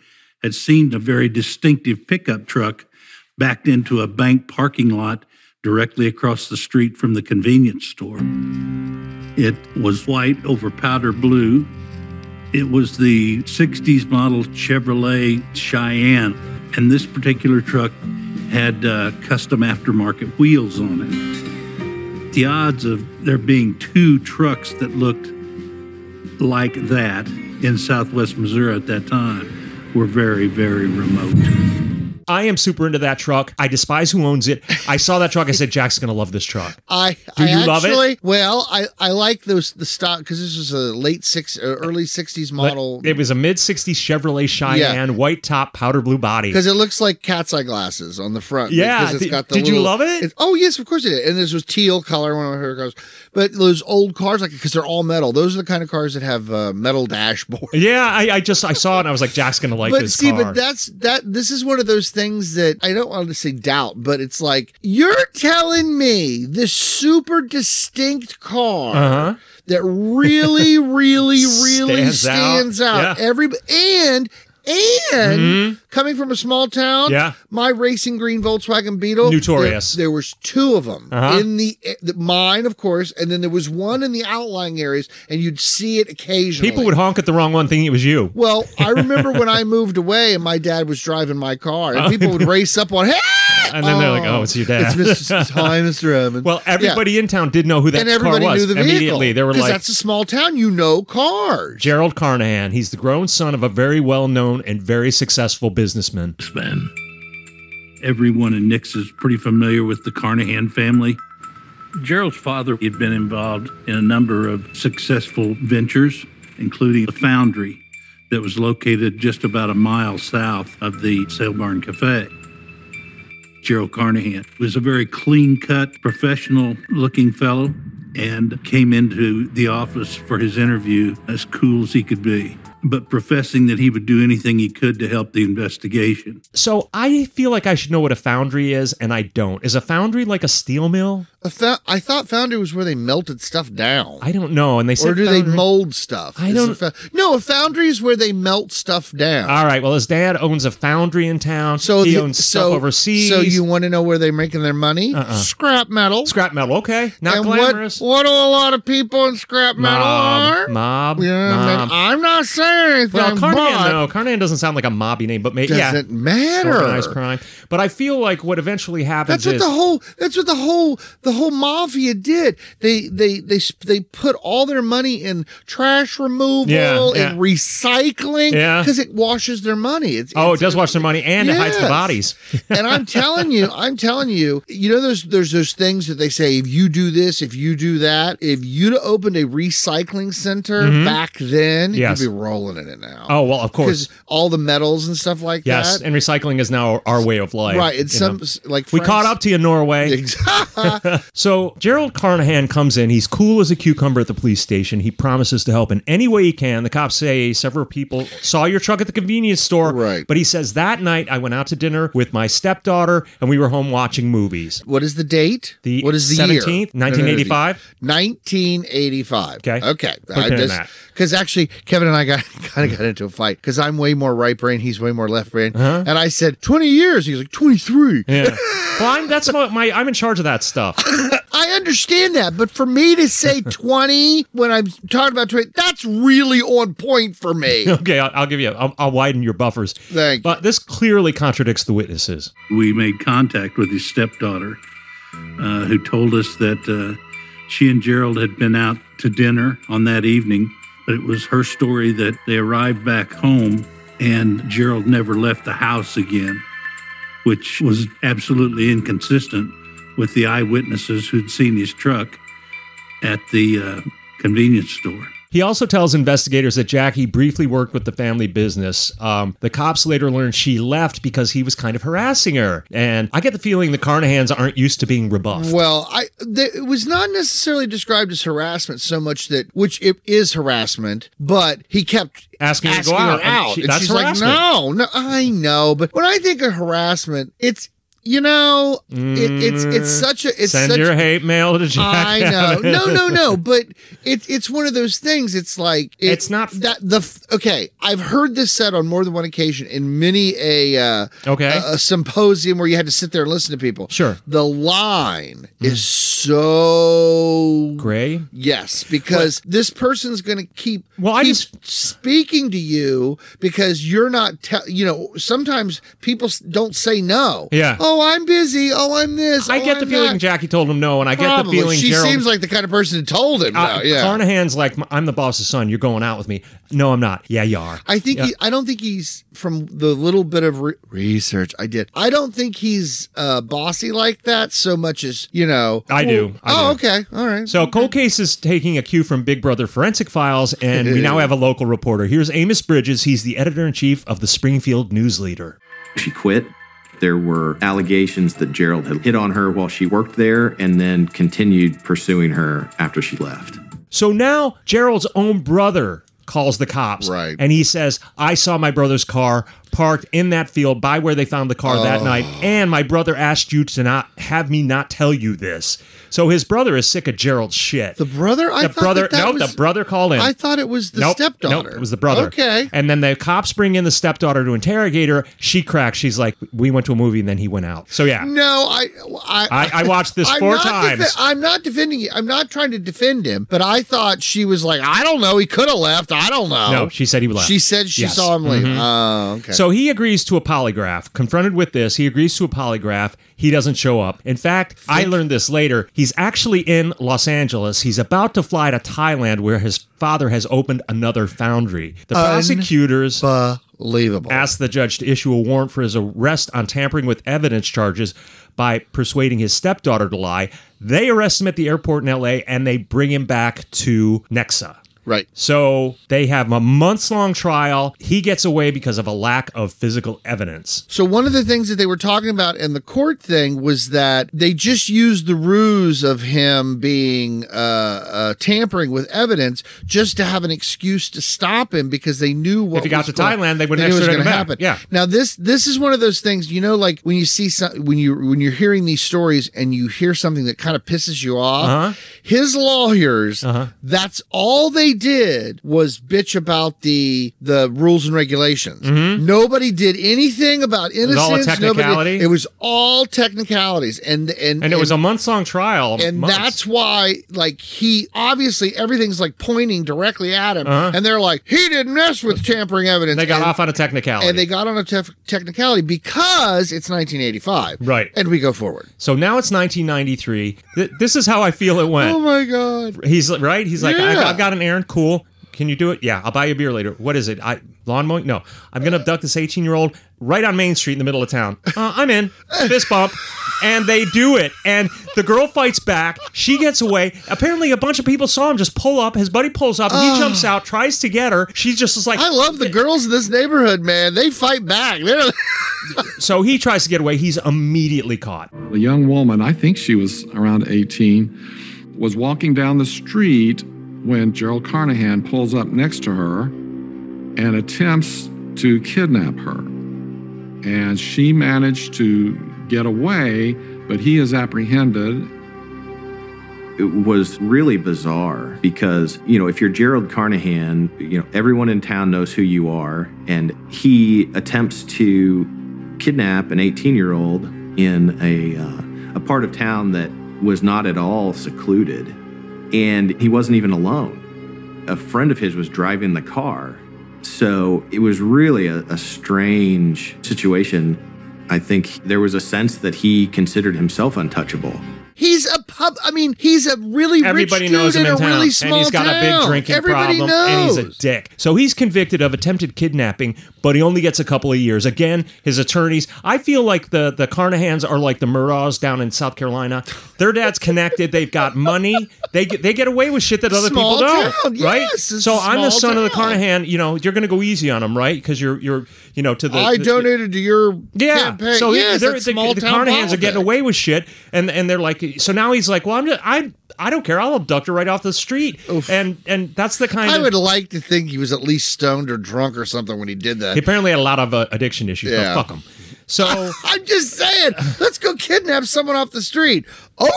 Speaker 5: had seen a very distinctive pickup truck backed into a bank parking lot directly across the street from the convenience store. It was white over powder blue. It was the 60s model Chevrolet Cheyenne, and this particular truck had uh, custom aftermarket wheels on it the odds of there being two trucks that looked like that in southwest Missouri at that time were very, very remote.
Speaker 2: I am super into that truck. I despise who owns it. I saw that truck. I said, "Jack's gonna love this truck."
Speaker 1: I
Speaker 2: Do
Speaker 1: I
Speaker 2: you love it?
Speaker 1: actually, Well, I I like those the stock because this was a late six uh, early sixties
Speaker 2: But
Speaker 1: model
Speaker 2: It was a mid '60s Chevrolet Cheyenne, white top, powder blue body.
Speaker 1: because it looks like cat's eye glasses on the front.
Speaker 2: Yeah,
Speaker 1: because
Speaker 2: did- did you love it?
Speaker 1: it's- oh yes, of course it did. And this was teal color one of her cars, but those old cars like because they're all metal. Those are the kind of cars that have uh, metal dashboard.
Speaker 2: Yeah, I, I just I saw it and I was like, Jack's gonna like
Speaker 1: but
Speaker 2: this
Speaker 1: see,
Speaker 2: car.
Speaker 1: but that's that. This is one of those things that I don't want to say doubt, but it's like you're telling me this super distinct car
Speaker 2: Uh-huh.
Speaker 1: that really, really, really stands
Speaker 2: Stands out.
Speaker 1: out.
Speaker 2: Yeah. Mm-hmm.
Speaker 1: Every and and coming from a small town,
Speaker 2: Yeah.
Speaker 1: my racing green Volkswagen Beetle,
Speaker 2: Notorious.
Speaker 1: There, there was two of them
Speaker 2: Uh-huh.
Speaker 1: in the, the mine, of course, and then there was one in the outlying areas, and you'd see it occasionally.
Speaker 2: People would honk at the wrong one thinking it was you.
Speaker 1: Well, I remember when I moved away and my dad was driving my car, and people would race up on, hey!
Speaker 2: And then they're like, oh, it's your dad.
Speaker 1: It's Mr. Hi, Mr. Evans.
Speaker 2: well,
Speaker 1: Yeah.
Speaker 2: everybody in town did know who that
Speaker 1: and everybody
Speaker 2: car was
Speaker 1: knew the vehicle.
Speaker 2: immediately. They were
Speaker 1: 'cause
Speaker 2: like,
Speaker 1: that's a small town. You know cars.
Speaker 2: Gerald Carnahan. He's the grown son of a very well known and very successful businessman.
Speaker 5: Span. Everyone in Nix is pretty familiar with the Carnahan family. Gerald's father had been involved in a number of successful ventures, including a foundry that was located just about a mile south of the Sale Barn Cafe. Gerald Carnahan was a very clean cut, professional looking fellow and came into the office for his interview as cool as he could be, but professing that he would do anything he could to help the investigation.
Speaker 2: So I feel like I should know what a foundry is, and I don't. Is a foundry like a steel mill?
Speaker 1: A fou- I thought Foundry was where they melted stuff down.
Speaker 2: I don't know. And they said
Speaker 1: or do they
Speaker 2: foundry-
Speaker 1: mold stuff?
Speaker 2: I
Speaker 1: Is
Speaker 2: don't-
Speaker 1: a fou- no, a foundry is where they melt stuff down.
Speaker 2: All right. Well, his dad owns a foundry in town.
Speaker 1: so
Speaker 2: he
Speaker 1: the-
Speaker 2: owns
Speaker 1: so-
Speaker 2: stuff overseas. Uh-uh.
Speaker 1: So you want to know where they're making their money? Scrap metal.
Speaker 2: scrap metal. Okay, not
Speaker 1: and
Speaker 2: glamorous.
Speaker 1: what what do a lot of people in scrap metal are?
Speaker 2: mob, mob,
Speaker 1: Yeah, man,
Speaker 2: mob.
Speaker 1: I'm not saying anything.
Speaker 2: Well,
Speaker 1: but
Speaker 2: Carnahan, no, Carnahan doesn't sound like a mobby name, but maybe yeah,
Speaker 1: doesn't matter.
Speaker 2: organized crime. But I feel like what eventually
Speaker 1: That's
Speaker 2: happens
Speaker 1: what
Speaker 2: is
Speaker 1: the whole. That's what the whole. The whole mafia did. They they they s- they put all their money in trash removal
Speaker 2: Yeah, yeah.
Speaker 1: and recycling.
Speaker 2: Yeah.
Speaker 1: because it washes their money. It's,
Speaker 2: oh, it
Speaker 1: it's-
Speaker 2: does wash their money and it hides the
Speaker 1: Yes.
Speaker 2: bodies.
Speaker 1: and I'm telling you, I'm telling you, you know, there's there's those things that they say if you do this, if you do that, if you'd opened a recycling center back then,
Speaker 2: Mm-hmm. Yes.
Speaker 1: you'd be rolling in it now.
Speaker 2: Oh well, of course,
Speaker 1: because all the metals and stuff like
Speaker 2: yes.
Speaker 1: that.
Speaker 2: And recycling is now our way of life,
Speaker 1: right, it's
Speaker 2: you
Speaker 1: some
Speaker 2: know.
Speaker 1: like
Speaker 2: We
Speaker 1: Frank's-
Speaker 2: caught up to you, Norway. So Gerald Carnahan comes in. He's cool as a cucumber at the police station. He promises to help in any way he can. The cops say several people saw your truck at the convenience store.
Speaker 1: Right.
Speaker 2: But he says that night I went out to dinner with my stepdaughter and we were home watching movies.
Speaker 1: What is the date?
Speaker 2: The
Speaker 1: what is the
Speaker 2: 17th,
Speaker 1: year?
Speaker 2: 1985?
Speaker 1: Nineteen eighty-five.
Speaker 2: Okay.
Speaker 1: Okay.
Speaker 2: Put it in that.
Speaker 1: because actually Kevin and I got kind of got into a fight because I'm way more right brain, he's way more left brain,
Speaker 2: Uh-huh.
Speaker 1: and I said twenty years. He's like twenty-three.
Speaker 2: Yeah. well, I'm, that's my, my I'm in charge of that stuff.
Speaker 1: I understand that, but for me to say 20 when I'm talking about 20, that's really on point for me.
Speaker 2: Okay, I'll, I'll give you. I'll, I'll widen your buffers.
Speaker 1: Thank you.
Speaker 2: But this clearly contradicts the witnesses.
Speaker 5: we made contact with his stepdaughter, uh, who told us that uh, she and Gerald had been out to dinner on that evening. But it was her story that they arrived back home and Gerald never left the house again, which was absolutely inconsistent with the eyewitnesses who'd seen his truck at the uh, convenience store.
Speaker 2: He also tells investigators that Jackie briefly worked with the family business. Um, the cops later learned she left because he was kind of harassing her. And I get the feeling the Carnahans aren't used to being rebuffed.
Speaker 1: Well, I th- it was not necessarily described as harassment so much that which it is harassment, but he kept
Speaker 2: Asking her to go out, and she-
Speaker 1: and
Speaker 2: that's
Speaker 1: she's
Speaker 2: harassment.
Speaker 1: like, no, no, I know, but when I think of harassment, it's you know, it, it's it's such a it's
Speaker 2: Mm, Send
Speaker 1: such
Speaker 2: your hate mail to
Speaker 1: I
Speaker 2: Jackie.
Speaker 1: know. No, no, no. But it's it's one of those things. It's like it-
Speaker 2: It's not-
Speaker 1: that the f- okay. I've heard this said on more than one occasion in many a uh,
Speaker 2: Okay.
Speaker 1: a, a symposium where you had to sit there and listen to people.
Speaker 2: Sure. Hmm.
Speaker 1: the line is so
Speaker 2: Gray?
Speaker 1: Yes, because this person's going to keep
Speaker 2: Well, I
Speaker 1: keep
Speaker 2: just-
Speaker 1: speaking to you because you're not te- you know, sometimes people s- don't say no.
Speaker 2: Yeah.
Speaker 1: Oh, I'm busy. Oh, I'm this.
Speaker 2: I
Speaker 1: Oh,
Speaker 2: get the
Speaker 1: I'm
Speaker 2: feeling
Speaker 1: that.
Speaker 2: Jackie told him no, and I get
Speaker 1: Probably.
Speaker 2: the feeling
Speaker 1: she
Speaker 2: Gerald.
Speaker 1: seems like the kind of person who told him.
Speaker 2: uh,
Speaker 1: no, yeah.
Speaker 2: Carnahan's like, I'm the boss's son. You're going out with me. No, I'm not. Yeah, you are.
Speaker 1: I think
Speaker 2: Yeah.
Speaker 1: he, I don't think he's from the little bit of re- research I did. I don't think he's uh, bossy like that so much as you know.
Speaker 2: I do. I
Speaker 1: oh,
Speaker 2: do.
Speaker 1: okay, all right.
Speaker 2: So Cold Case is taking a cue from Big Brother Forensic Files, and we now have a local reporter. Here's Amos Bridges. He's the editor-in-chief of the Springfield News Leader.
Speaker 8: She quit. There were allegations that Gerald had hit on her while she worked there and then continued pursuing her after she left.
Speaker 2: So now Gerald's own brother calls the cops.
Speaker 1: Right.
Speaker 2: And he says, I saw my brother's car parked in that field by where they found the car
Speaker 1: Oh.
Speaker 2: that night. And my brother asked you to not have me not tell you this. So his brother is sick of Gerald's shit.
Speaker 1: the brother, I
Speaker 2: the
Speaker 1: thought
Speaker 2: brother
Speaker 1: that, that
Speaker 2: no
Speaker 1: was,
Speaker 2: the brother called in
Speaker 1: I thought it was the
Speaker 2: nope,
Speaker 1: stepdaughter.
Speaker 2: nope, it was the brother
Speaker 1: Okay,
Speaker 2: and then the cops bring in the stepdaughter to interrogate her she cracks she's like we went to a movie and then he went out so yeah
Speaker 1: No, I, I,
Speaker 2: I- I watched this four
Speaker 1: not defe-
Speaker 2: times.
Speaker 1: I'm not defending you. I'm not trying to defend him, but I thought she was like, I don't know. He could have left. I don't know.
Speaker 2: no she said he left
Speaker 1: She said she
Speaker 2: Yes. Mm-hmm.
Speaker 1: saw him leave. Oh, okay.
Speaker 2: So he agrees to a polygraph. Confronted with this, he agrees to a polygraph. He doesn't show up. In fact, I learned this later. He's actually in Los Angeles. He's about to fly to Thailand where his father has opened another foundry. The prosecutors
Speaker 1: Unbelievable.
Speaker 2: asked the judge to issue a warrant for his arrest on tampering with evidence charges by persuading his stepdaughter to lie. They arrest him at the airport in LA and they bring him back to Nexa.
Speaker 1: right.
Speaker 2: So they have a months long trial. He gets away because of a lack of physical evidence.
Speaker 1: So one of the things that they were talking about in the court thing was that they just used the ruse of him being uh, uh, tampering with evidence just to have an excuse to stop him because they knew what
Speaker 2: If he
Speaker 1: was
Speaker 2: got to
Speaker 1: going-
Speaker 2: Thailand, they wouldn't
Speaker 1: knew it was
Speaker 2: extradite him
Speaker 1: gonna
Speaker 2: back.
Speaker 1: happen.
Speaker 2: Yeah.
Speaker 1: Now this this is one of those things you know, like when you see some, when you when you're hearing these stories and you hear something that kind of pisses you off.
Speaker 2: Uh-huh.
Speaker 1: His lawyers, that's all they did was bitch about the the rules and regulations. Nobody did anything about
Speaker 2: Mm-hmm. was all a
Speaker 1: innocence. nobody-
Speaker 2: technicality?
Speaker 1: it was all technicalities, and and
Speaker 2: And it was a months long trial.
Speaker 1: and
Speaker 2: months.
Speaker 1: that's why, like, he obviously everything's like pointing directly at him, and they're like, he didn't mess with tampering evidence.
Speaker 2: Uh-huh. they got
Speaker 1: and,
Speaker 2: off on a technicality.
Speaker 1: and they got on a tef- technicality because it's 1985,
Speaker 2: Right.
Speaker 1: And we go forward.
Speaker 2: so now it's 1993. Th- this is how I feel it went.
Speaker 1: Oh my god!
Speaker 2: He's like, right. He's like,
Speaker 1: Yeah.
Speaker 2: I, I've got an errand. Cool. Can you do it? Yeah, I'll buy you a beer later. What is it? I lawn mowing? No, I'm gonna abduct this 18 year old right on Main Street in the middle of town. Uh, I'm in. Fist bump, and they do it. And the girl fights back. She gets away. Apparently, a bunch of people saw him just pull up. His buddy pulls up. He jumps out, tries to get her. She's just is like,
Speaker 1: Uh. I love the girls in this neighborhood, man. They fight back. They're
Speaker 2: so he tries to get away. He's immediately caught.
Speaker 9: The young woman, I think she was around 18, was walking down the street when Gerald Carnahan pulls up next to her and attempts to kidnap her. And she managed to get away, but he is apprehended
Speaker 8: It was really bizarre because, you know, if you're Gerald Carnahan, you know, everyone in town knows who you are. And he attempts to kidnap an 18 year old in a, uh, a part of town that was not at all secluded. And he wasn't even alone. a friend of his was driving the car. So it was really a, a strange situation. I think there was a sense that he considered himself untouchable.
Speaker 1: he's He's a pub. I mean, he's a really
Speaker 2: Everybody
Speaker 1: rich
Speaker 2: knows
Speaker 1: dude
Speaker 2: him
Speaker 1: in
Speaker 2: in
Speaker 1: a
Speaker 2: town,
Speaker 1: really small
Speaker 2: and he's got
Speaker 1: town.
Speaker 2: a big drinking
Speaker 1: Everybody
Speaker 2: problem,
Speaker 1: knows.
Speaker 2: and he's a dick. So he's convicted of attempted kidnapping, but he only gets a couple of years. Again, his attorneys. I feel like the the Carnahans are like the Murrahs down in South Carolina. Their dad's connected. They've got money. They get- they get away with shit that other
Speaker 1: Small
Speaker 2: people don't.
Speaker 1: town,
Speaker 2: Right?
Speaker 1: yes, it's
Speaker 2: so
Speaker 1: a
Speaker 2: I'm the
Speaker 1: small
Speaker 2: son of the
Speaker 1: town.
Speaker 2: Carnahan. You know, you're going to go easy on him, right? Because you're you're you know to the
Speaker 1: I
Speaker 2: the-
Speaker 1: donated to your
Speaker 2: yeah.
Speaker 1: campaign.
Speaker 2: So he-
Speaker 1: yes,
Speaker 2: they're-
Speaker 1: that's
Speaker 2: the,
Speaker 1: small
Speaker 2: the
Speaker 1: town
Speaker 2: Carnahans are
Speaker 1: politics.
Speaker 2: getting away with shit, and and they're like, so now he's like, well, I'm just, I I don't care, I'll abduct her right off the street, and and that's the kind
Speaker 1: I
Speaker 2: of.
Speaker 1: would like to think he was at least stoned or drunk or something when he did that.
Speaker 2: he apparently had a lot of uh, addiction issues.
Speaker 1: Yeah.
Speaker 2: But fuck him. So
Speaker 1: I'm just saying, let's go kidnap someone off the street.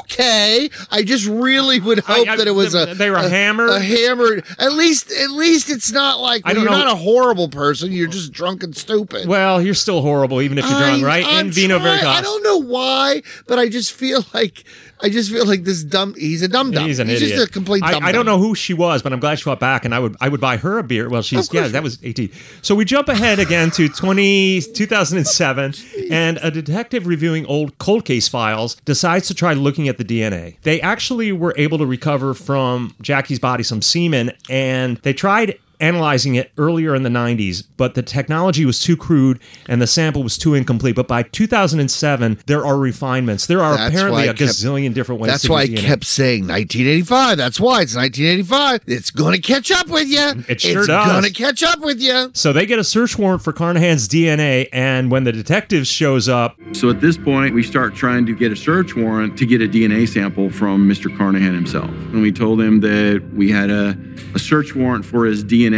Speaker 1: Okay, I just really would hope
Speaker 2: I-
Speaker 1: that it was a
Speaker 2: they were
Speaker 1: a,
Speaker 2: hammered?
Speaker 1: a hammered. At least, at least it's not like
Speaker 2: I don't
Speaker 1: you're
Speaker 2: know.
Speaker 1: not a horrible person. You're just drunk and stupid.
Speaker 2: well, you're still horrible, even if you're drunk,
Speaker 1: I-
Speaker 2: right?
Speaker 1: I'm
Speaker 2: and Vino
Speaker 1: trying-
Speaker 2: Veritas.
Speaker 1: I don't know why, but I just feel like I just feel like this dumb. He's a dumb dumb.
Speaker 2: He's an idiot.
Speaker 1: just a complete
Speaker 2: I-
Speaker 1: dumb.
Speaker 2: I, don't know who she was, but I'm glad she fought back, and I would I would buy her a beer. Well, she's yeah, that was 18. So we jump ahead again to 20 2007, and a detective reviewing old cold case files decides to try looking at the DNA. They actually were able to recover from Jackie's body some semen, and they tried. Analyzing it earlier in the 90s, but the technology was too crude and the sample was too incomplete. But by 2007, there are refinements. There are
Speaker 1: That's why
Speaker 2: apparently
Speaker 1: I
Speaker 2: a
Speaker 1: kept-
Speaker 2: gazillion different ways.
Speaker 1: That's
Speaker 2: to do
Speaker 1: why I
Speaker 2: DNA.
Speaker 1: kept saying 1985. That's why it's 1985. It's gonna catch up with you.
Speaker 2: It sure
Speaker 1: it's
Speaker 2: does.
Speaker 1: gonna catch up with you.
Speaker 2: So they get a search warrant for Carnahan's DNA, and when the detective shows up,
Speaker 10: So at this point, we start trying to get a search warrant to get a DNA sample from Mr. Carnahan himself. And we told him that we had a, a search warrant for his DNA,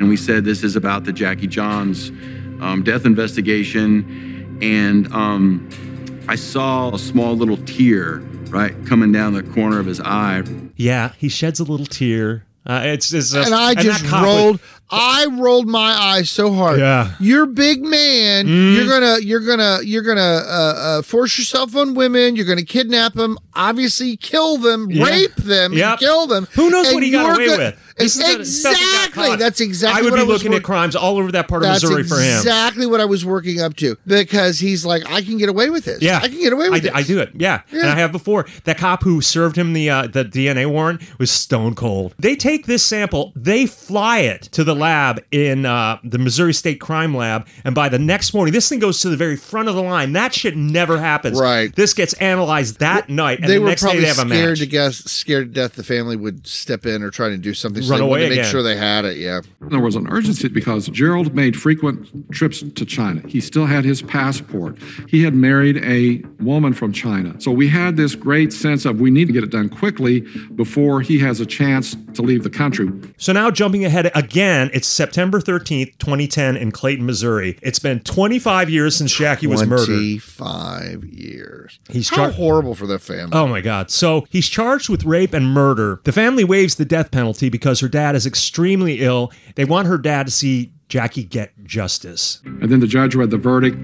Speaker 10: and we said this is about the Jackie Johns um, death investigation. And um, I saw a small little tear, right, coming down the corner of his eye.
Speaker 2: yeah, he sheds a little tear. Uh, it's, it's just,
Speaker 1: And I
Speaker 2: that
Speaker 1: just
Speaker 2: conflict-
Speaker 1: rolled. I rolled my eyes so hard.
Speaker 2: Yeah. Mm-hmm.
Speaker 1: You're big man. You're gonna. You're gonna. You're gonna uh, uh, force yourself on women. You're gonna kidnap them. Obviously, kill them,
Speaker 2: Yeah.
Speaker 1: rape them,
Speaker 2: Yep.
Speaker 1: kill them.
Speaker 2: Who knows what
Speaker 1: And
Speaker 2: he got
Speaker 1: you're
Speaker 2: away
Speaker 1: gonna-
Speaker 2: with? This is
Speaker 1: It's
Speaker 2: the stuff he got
Speaker 1: exactly.
Speaker 2: caught.
Speaker 1: That's exactly.
Speaker 2: I would
Speaker 1: what
Speaker 2: be
Speaker 1: was
Speaker 2: looking
Speaker 1: wor-
Speaker 2: at crimes all over that part of
Speaker 1: That's
Speaker 2: Missouri for him.
Speaker 1: exactly what I was working up to because he's like, I can get away with this.
Speaker 2: Yeah,
Speaker 1: I can get away
Speaker 2: I,
Speaker 1: with
Speaker 2: d-
Speaker 1: this.
Speaker 2: I do it. Yeah. and I have before. That cop who served him the uh, the DNA warrant was stone cold. They take this sample, they fly it to the lab in uh, the Missouri State Crime Lab, and by the next morning, this thing goes to the very front of the line. That shit never happens.
Speaker 1: Right.
Speaker 2: This gets analyzed that night, and
Speaker 1: they
Speaker 2: the
Speaker 1: were
Speaker 2: next day
Speaker 1: probably
Speaker 2: they have a
Speaker 1: scared
Speaker 2: match.
Speaker 1: to guess, scared to death. The family would step in or try to do something, so
Speaker 2: Run
Speaker 1: they wanted
Speaker 2: away
Speaker 1: to make
Speaker 2: again.
Speaker 1: sure they had it. Yeah,
Speaker 9: There was an urgency because Gerald made frequent trips to China. He still had his passport. He had married a woman from China. So we had this great sense of we need to get it done quickly before he has a chance to leave the country.
Speaker 2: So now jumping ahead again, it's September 13th, 2010 in Clayton, Missouri. It's been 25 years since Jackie was murdered.
Speaker 1: Twenty-five years.
Speaker 2: He's
Speaker 1: how
Speaker 2: char-
Speaker 1: horrible for the family.
Speaker 2: Oh my God. So he's charged with rape and murder. The family waives the death penalty because her dad is extremely ill. They want her dad to see Jackie get justice.
Speaker 9: And then the judge read the verdict.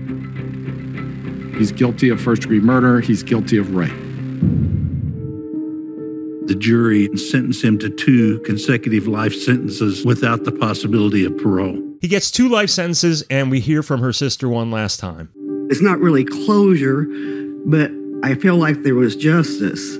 Speaker 9: He's guilty of first degree murder. He's guilty of rape.
Speaker 5: The jury sentenced him to two consecutive life sentences without the possibility of parole.
Speaker 2: He gets two life sentences, and we hear from her sister one last time.
Speaker 6: It's not really closure, but I feel like there was justice.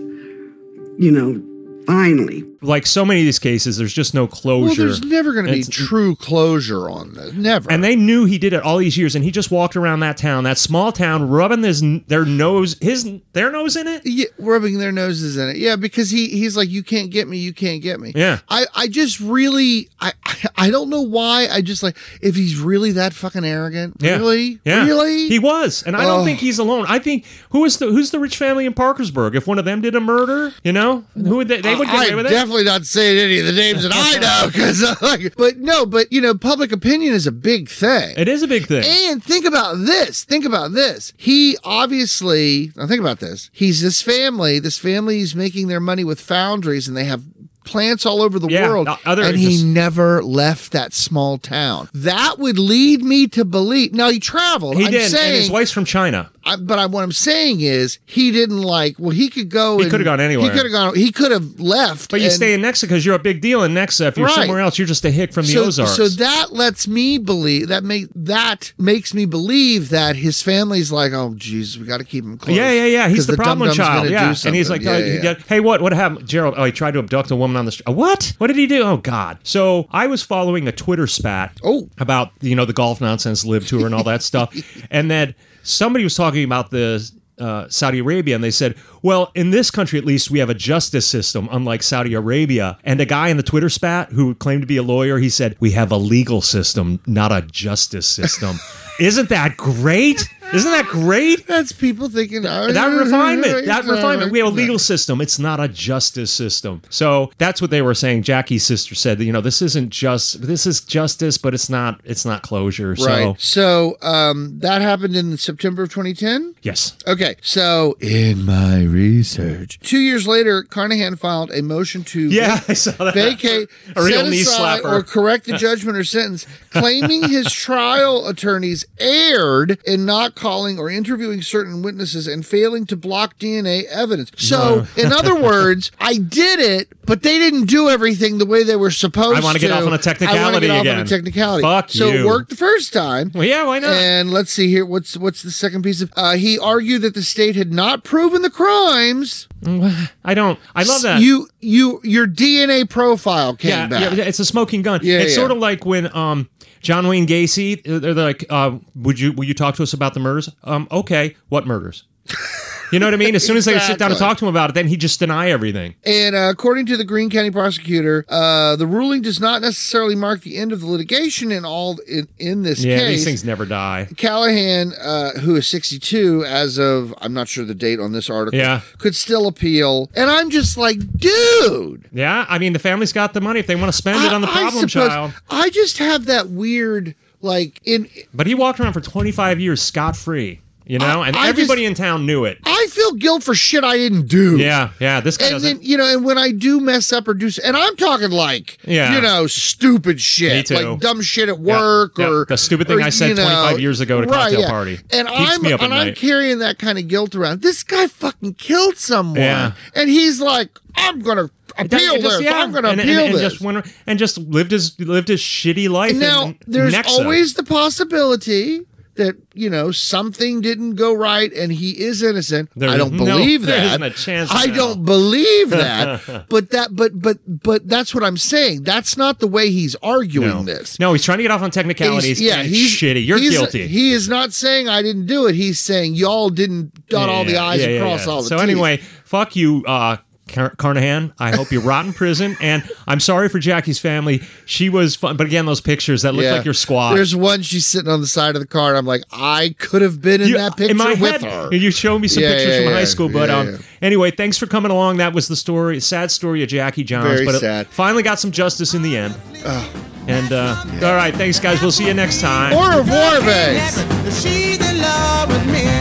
Speaker 6: You know, finally.
Speaker 2: Like so many of these cases, there's just no
Speaker 1: well,
Speaker 2: closure.
Speaker 1: there's never going to be
Speaker 2: It's-
Speaker 1: true closure on this. Never.
Speaker 2: and they knew he did it all these years, and he just walked around that town, that small town, rubbing his their nose, his their nose in it.
Speaker 1: yeah, rubbing their noses in it. Yeah, because he he's like, you can't get me, you can't get me.
Speaker 2: Yeah.
Speaker 1: I I just really I I don't know why I just like if he's really that fucking arrogant.
Speaker 2: Yeah.
Speaker 1: Really,
Speaker 2: Yeah.
Speaker 1: really.
Speaker 2: He was. And I don't
Speaker 1: Oh.
Speaker 2: think he's alone. I think who is the who's the rich family in Parkersburg? If one of them did a murder, you know? Who would they, they would
Speaker 1: I-
Speaker 2: get away
Speaker 1: I'm
Speaker 2: with it?
Speaker 1: definitely not saying any of the names that I know, because like, but no, but you know, public opinion is a big thing.
Speaker 2: It is a big thing.
Speaker 1: And think about this. Think about this. He obviously, now think about this. He's this family. This family is making their money with foundries and they have plants all over the
Speaker 2: Yeah,
Speaker 1: world,
Speaker 2: o- other-
Speaker 1: and he
Speaker 2: just-
Speaker 1: never left that small town. That would lead me to believe. Now he traveled.
Speaker 2: He
Speaker 1: I'm
Speaker 2: did,
Speaker 1: saying,
Speaker 2: and his wife's from China.
Speaker 1: I, but I, what I'm saying is, he didn't like. Well, he could go.
Speaker 2: He
Speaker 1: and-
Speaker 2: could've gone
Speaker 1: He
Speaker 2: anywhere.
Speaker 1: could have gone. He could have left.
Speaker 2: But you
Speaker 1: and-
Speaker 2: stay in Nexa because you're a big deal in Nexa. If you're
Speaker 1: Right.
Speaker 2: somewhere else, you're just a hick from the
Speaker 1: so,
Speaker 2: Ozarks.
Speaker 1: So that lets me believe that make that makes me believe that his family's like, oh Jesus, we got to keep him close.
Speaker 2: Yeah, yeah, yeah.
Speaker 1: 'Cause
Speaker 2: He's the, problem
Speaker 1: dum-dum's
Speaker 2: child.
Speaker 1: gonna do
Speaker 2: Yeah, and he's like,
Speaker 1: something.
Speaker 2: uh,
Speaker 1: Yeah, yeah, yeah.
Speaker 2: "Hey, what? What happened, Gerald? Oh, he tried to abduct a woman on the street. What? What did he do? Oh God!" So I was following a Twitter spat.
Speaker 1: Oh.
Speaker 2: about you know the golf nonsense live tour and all that stuff, and then somebody was talking about the. Uh, Saudi Arabia, and they said, Well, in this country at least, we have a justice system, unlike Saudi Arabia. And a guy in the Twitter spat who claimed to be a lawyer, he said, We have a legal system, not a justice system. Isn't that great? Isn't that great?
Speaker 1: That's people thinking oh,
Speaker 2: that refinement, that
Speaker 1: it's
Speaker 2: refinement. We have a
Speaker 1: all right.
Speaker 2: legal system. It's not a justice system. So that's what they were saying. Jackie's sister said that you know this isn't just this is justice, but it's not it's not closure. So
Speaker 1: Right. So, um, that happened in September of 2010.
Speaker 2: yes,
Speaker 1: Okay. So, in my research, two years later, Carnahan filed a motion to
Speaker 2: yeah, I saw that.
Speaker 1: vacate,
Speaker 2: a real
Speaker 1: set
Speaker 2: knee
Speaker 1: aside,
Speaker 2: slapper.
Speaker 1: or correct the judgment or sentence, claiming his trial attorneys erred in not calling or interviewing certain witnesses and failing to block DNA evidence. So, in other words, I did it, but they didn't do everything the way they were supposed
Speaker 2: I
Speaker 1: to.
Speaker 2: wanna get off on a
Speaker 1: I wanna
Speaker 2: technicality
Speaker 1: get off on
Speaker 2: again.
Speaker 1: a technicality.
Speaker 2: Fuck
Speaker 1: so
Speaker 2: you.
Speaker 1: it worked the first time.
Speaker 2: well, yeah, why not?
Speaker 1: And let's see here. What's what's the second piece of? Uh, he argued that the state had not proven the crimes.
Speaker 2: I don't. I love that.
Speaker 1: You you your DNA profile came
Speaker 2: yeah,
Speaker 1: back.
Speaker 2: yeah, it's a smoking gun.
Speaker 1: Yeah,
Speaker 2: it's
Speaker 1: yeah.
Speaker 2: sort of like when um, John Wayne Gacy. uh, They're like, uh, "Would you will you talk to us about the murders?" Um, okay, what murders? You know what I mean? As soon as they sit
Speaker 1: Exactly.
Speaker 2: down and talk to him about it, then he just deny everything.
Speaker 1: And uh, according to the Greene County prosecutor, uh, the ruling does not necessarily mark the end of the litigation in all in, in this
Speaker 2: Yeah,
Speaker 1: case.
Speaker 2: these things never die.
Speaker 1: Callahan, uh, who is 62 as of I'm not sure the date on this article,
Speaker 2: Yeah.
Speaker 1: could still appeal. And I'm just like, dude,
Speaker 2: Yeah, I mean the family's got the money if they want to spend it on the problem child.
Speaker 1: I just have that weird like in
Speaker 2: But he walked around for 25 years scot free, you know,
Speaker 1: I-
Speaker 2: and
Speaker 1: I
Speaker 2: everybody in town knew it.
Speaker 1: I feel guilt for shit I didn't do.
Speaker 2: Yeah, yeah, this guy
Speaker 1: And
Speaker 2: doesn't.
Speaker 1: then you know, and when I do mess up or do, s- and I'm talking like,
Speaker 2: Yeah.
Speaker 1: you know, stupid shit,
Speaker 2: Me too.
Speaker 1: like dumb shit at work
Speaker 2: yeah.
Speaker 1: or
Speaker 2: The stupid thing
Speaker 1: or,
Speaker 2: I said
Speaker 1: you know,
Speaker 2: 25 years ago at a
Speaker 1: right,
Speaker 2: cocktail
Speaker 1: yeah.
Speaker 2: party.
Speaker 1: and
Speaker 2: Keeps
Speaker 1: I'm
Speaker 2: me up at
Speaker 1: and I'm
Speaker 2: night.
Speaker 1: carrying that kind of guilt around. This guy fucking killed someone,
Speaker 2: Yeah.
Speaker 1: and he's like, I'm gonna
Speaker 2: Don't you
Speaker 1: appeal
Speaker 2: just-
Speaker 1: this.
Speaker 2: yeah,
Speaker 1: I'm gonna
Speaker 2: and, and-
Speaker 1: appeal
Speaker 2: and
Speaker 1: this.
Speaker 2: Just went, and just lived his lived his shitty life.
Speaker 1: And now
Speaker 2: in
Speaker 1: there's
Speaker 2: Nexa.
Speaker 1: always the possibility that you know something didn't go right and he is innocent
Speaker 2: There
Speaker 1: i
Speaker 2: is
Speaker 1: don't
Speaker 2: no-
Speaker 1: believe
Speaker 2: there
Speaker 1: that
Speaker 2: isn't a chance
Speaker 1: i
Speaker 2: now.
Speaker 1: don't believe that but that but but but that's what i'm saying that's not the way he's arguing
Speaker 2: no.
Speaker 1: this
Speaker 2: No, he's trying to get off on technicalities.
Speaker 1: He's- yeah,
Speaker 2: and
Speaker 1: he's
Speaker 2: shitty. You're
Speaker 1: he's-
Speaker 2: guilty.
Speaker 1: He is not saying I didn't do it. He's saying y'all didn't dot all the
Speaker 2: Yeah,
Speaker 1: I's
Speaker 2: yeah,
Speaker 1: and
Speaker 2: yeah,
Speaker 1: cross
Speaker 2: yeah.
Speaker 1: all the
Speaker 2: So
Speaker 1: T's.
Speaker 2: anyway, fuck you, uh, Car- Carnahan. I hope you rot in prison. And I'm sorry for Jackie's family. She was fun, but again, those pictures that look
Speaker 1: Yeah.
Speaker 2: like your squad.
Speaker 1: There's one she's sitting on the side of the car, and I'm like, I could have been in
Speaker 2: You-
Speaker 1: that picture
Speaker 2: in my
Speaker 1: with
Speaker 2: head,
Speaker 1: her.
Speaker 2: You showed me some
Speaker 1: Yeah,
Speaker 2: pictures
Speaker 1: yeah,
Speaker 2: from
Speaker 1: yeah.
Speaker 2: high school, but
Speaker 1: Yeah,
Speaker 2: um,
Speaker 1: yeah.
Speaker 2: anyway, thanks for coming along. That was the story, sad story of Jackie Johns,
Speaker 1: Very
Speaker 2: but it
Speaker 1: sad.
Speaker 2: finally got some justice in the end. And uh, all right, thanks guys. We'll see you next time.
Speaker 1: Or a Warbanks.
Speaker 3: She's in love with me.